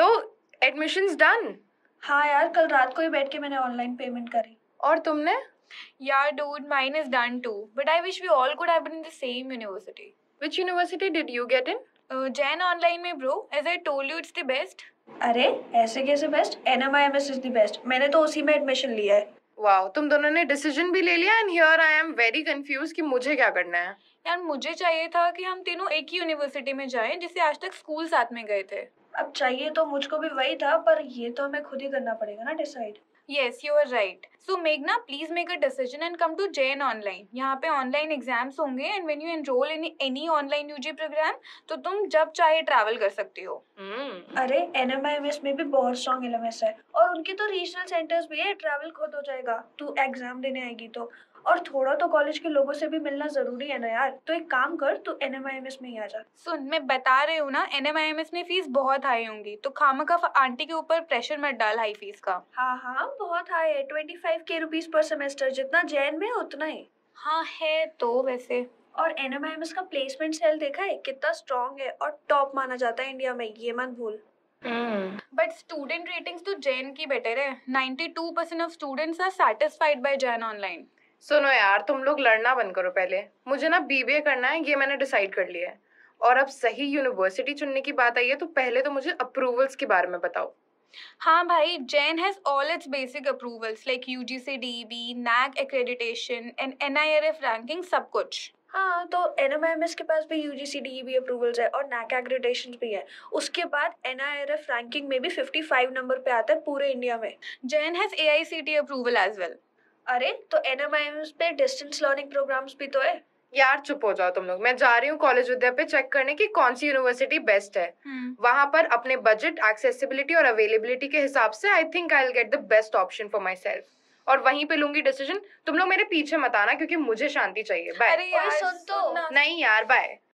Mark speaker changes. Speaker 1: तो admissions done
Speaker 2: हाँ यार कल रात को ही बैठ के मैंने ऑनलाइन पेमेंट करी
Speaker 1: और तुमने
Speaker 3: Yeah, dude, mine is done too. But I wish we all could have been in the same university.
Speaker 1: Which university did you get in
Speaker 3: Uh, Jan online में bro, as I told you, it's the best.
Speaker 2: अरे ऐसे कैसे best N M I am S is the best मैंने तो उसी में admission लिया है
Speaker 1: वाओ तुम दोनों ने डिसीजन भी ले लिया and here I am very confuse कि मुझे क्या करना है
Speaker 3: यार मुझे चाहिए था कि हम तीनों एक ही यूनिवर्सिटी में जाएं जिससे आज तक स्कूल साथ में गए थे
Speaker 2: अब चाहिए तो मुझको भी वही था पर ये तो हमें खुद ही करना पड़ेगा ना decide
Speaker 3: yes you are right so मेघना please make a decision and come to Jain online यहाँ पे ऑनलाइन एग्जाम्स होंगे and when you enroll in any online UG program तो तुम जब चाहे ट्रैवल कर सकती हो
Speaker 2: अरे N M I am S में भी बहुत स्ट्रॉन्ग एल एम एस है और उनके तो रीजनल सेंटर्स भी है ट्रैवल खुद हो जाएगा तू एग्जाम देने आएगी तो और थोड़ा तो कॉलेज के लोगों से भी मिलना जरूरी है ना यार तो एक काम कर तू N M I am S में ही आ जा
Speaker 3: सुन मैं बता रही हूँ ना N M I am S में फीस बहुत हाई होंगी तो खामा का आंटी के ऊपर प्रेशर मत डाल हाई फीस का
Speaker 2: हाँ हाँ बहुत हाई है twenty five K rupees per semester जितना जैन में है, उतना ही
Speaker 3: हाँ है तो वैसे
Speaker 2: और N M I am S का प्लेसमेंट सेल देखा है कितना स्ट्रॉन्ग है और टॉप माना जाता है इंडिया में ये मत भूल
Speaker 3: बट स्टूडेंट रेटिंग्स तो जैन की बेटर है 92% percent of students are satisfied by Jain online
Speaker 1: सुनो यार तुम लोग लड़ना बंद करो पहले मुझे ना बीबीए करना है ये मैंने डिसाइड कर लिया है और अब सही यूनिवर्सिटी चुनने की बात आई है तो पहले तो मुझे अप्रूवल्स के बारे में बताओ
Speaker 3: हाँ भाई Jain has all its basic approvals like U G C D B NAAC accreditation and N I R F ranking सब कुछ
Speaker 2: हाँ तो N M I am S के पास भी U G C D E भी अप्रूवल्स है और नैक एग्रेडेशन भी है उसके बाद N I R F ranking में भी फिफ्टी फाइव नंबर पे आता है पूरे इंडिया में
Speaker 3: Jain has A I C T approval as well
Speaker 2: अरे तो N M I am S पे डिस्टेंस लर्निंग प्रोग्राम्स भी तो है
Speaker 1: यार चुप हो जाओ तुम लोग मैं जा रही हूँ कॉलेज विद्या पे चेक करने की कौन सी यूनिवर्सिटी बेस्ट है वहां पर अपने बजट एक्सेसिबिलिटी और अवेलेबिलिटी के हिसाब से I think I will get the best option for myself और वहीं पे लूंगी डिसीजन तुम लोग मेरे पीछे मत आना क्योंकि मुझे शांति चाहिए बाय
Speaker 3: अरे यार
Speaker 2: सुन तो।
Speaker 3: सुन ना।
Speaker 1: नहीं यार बाय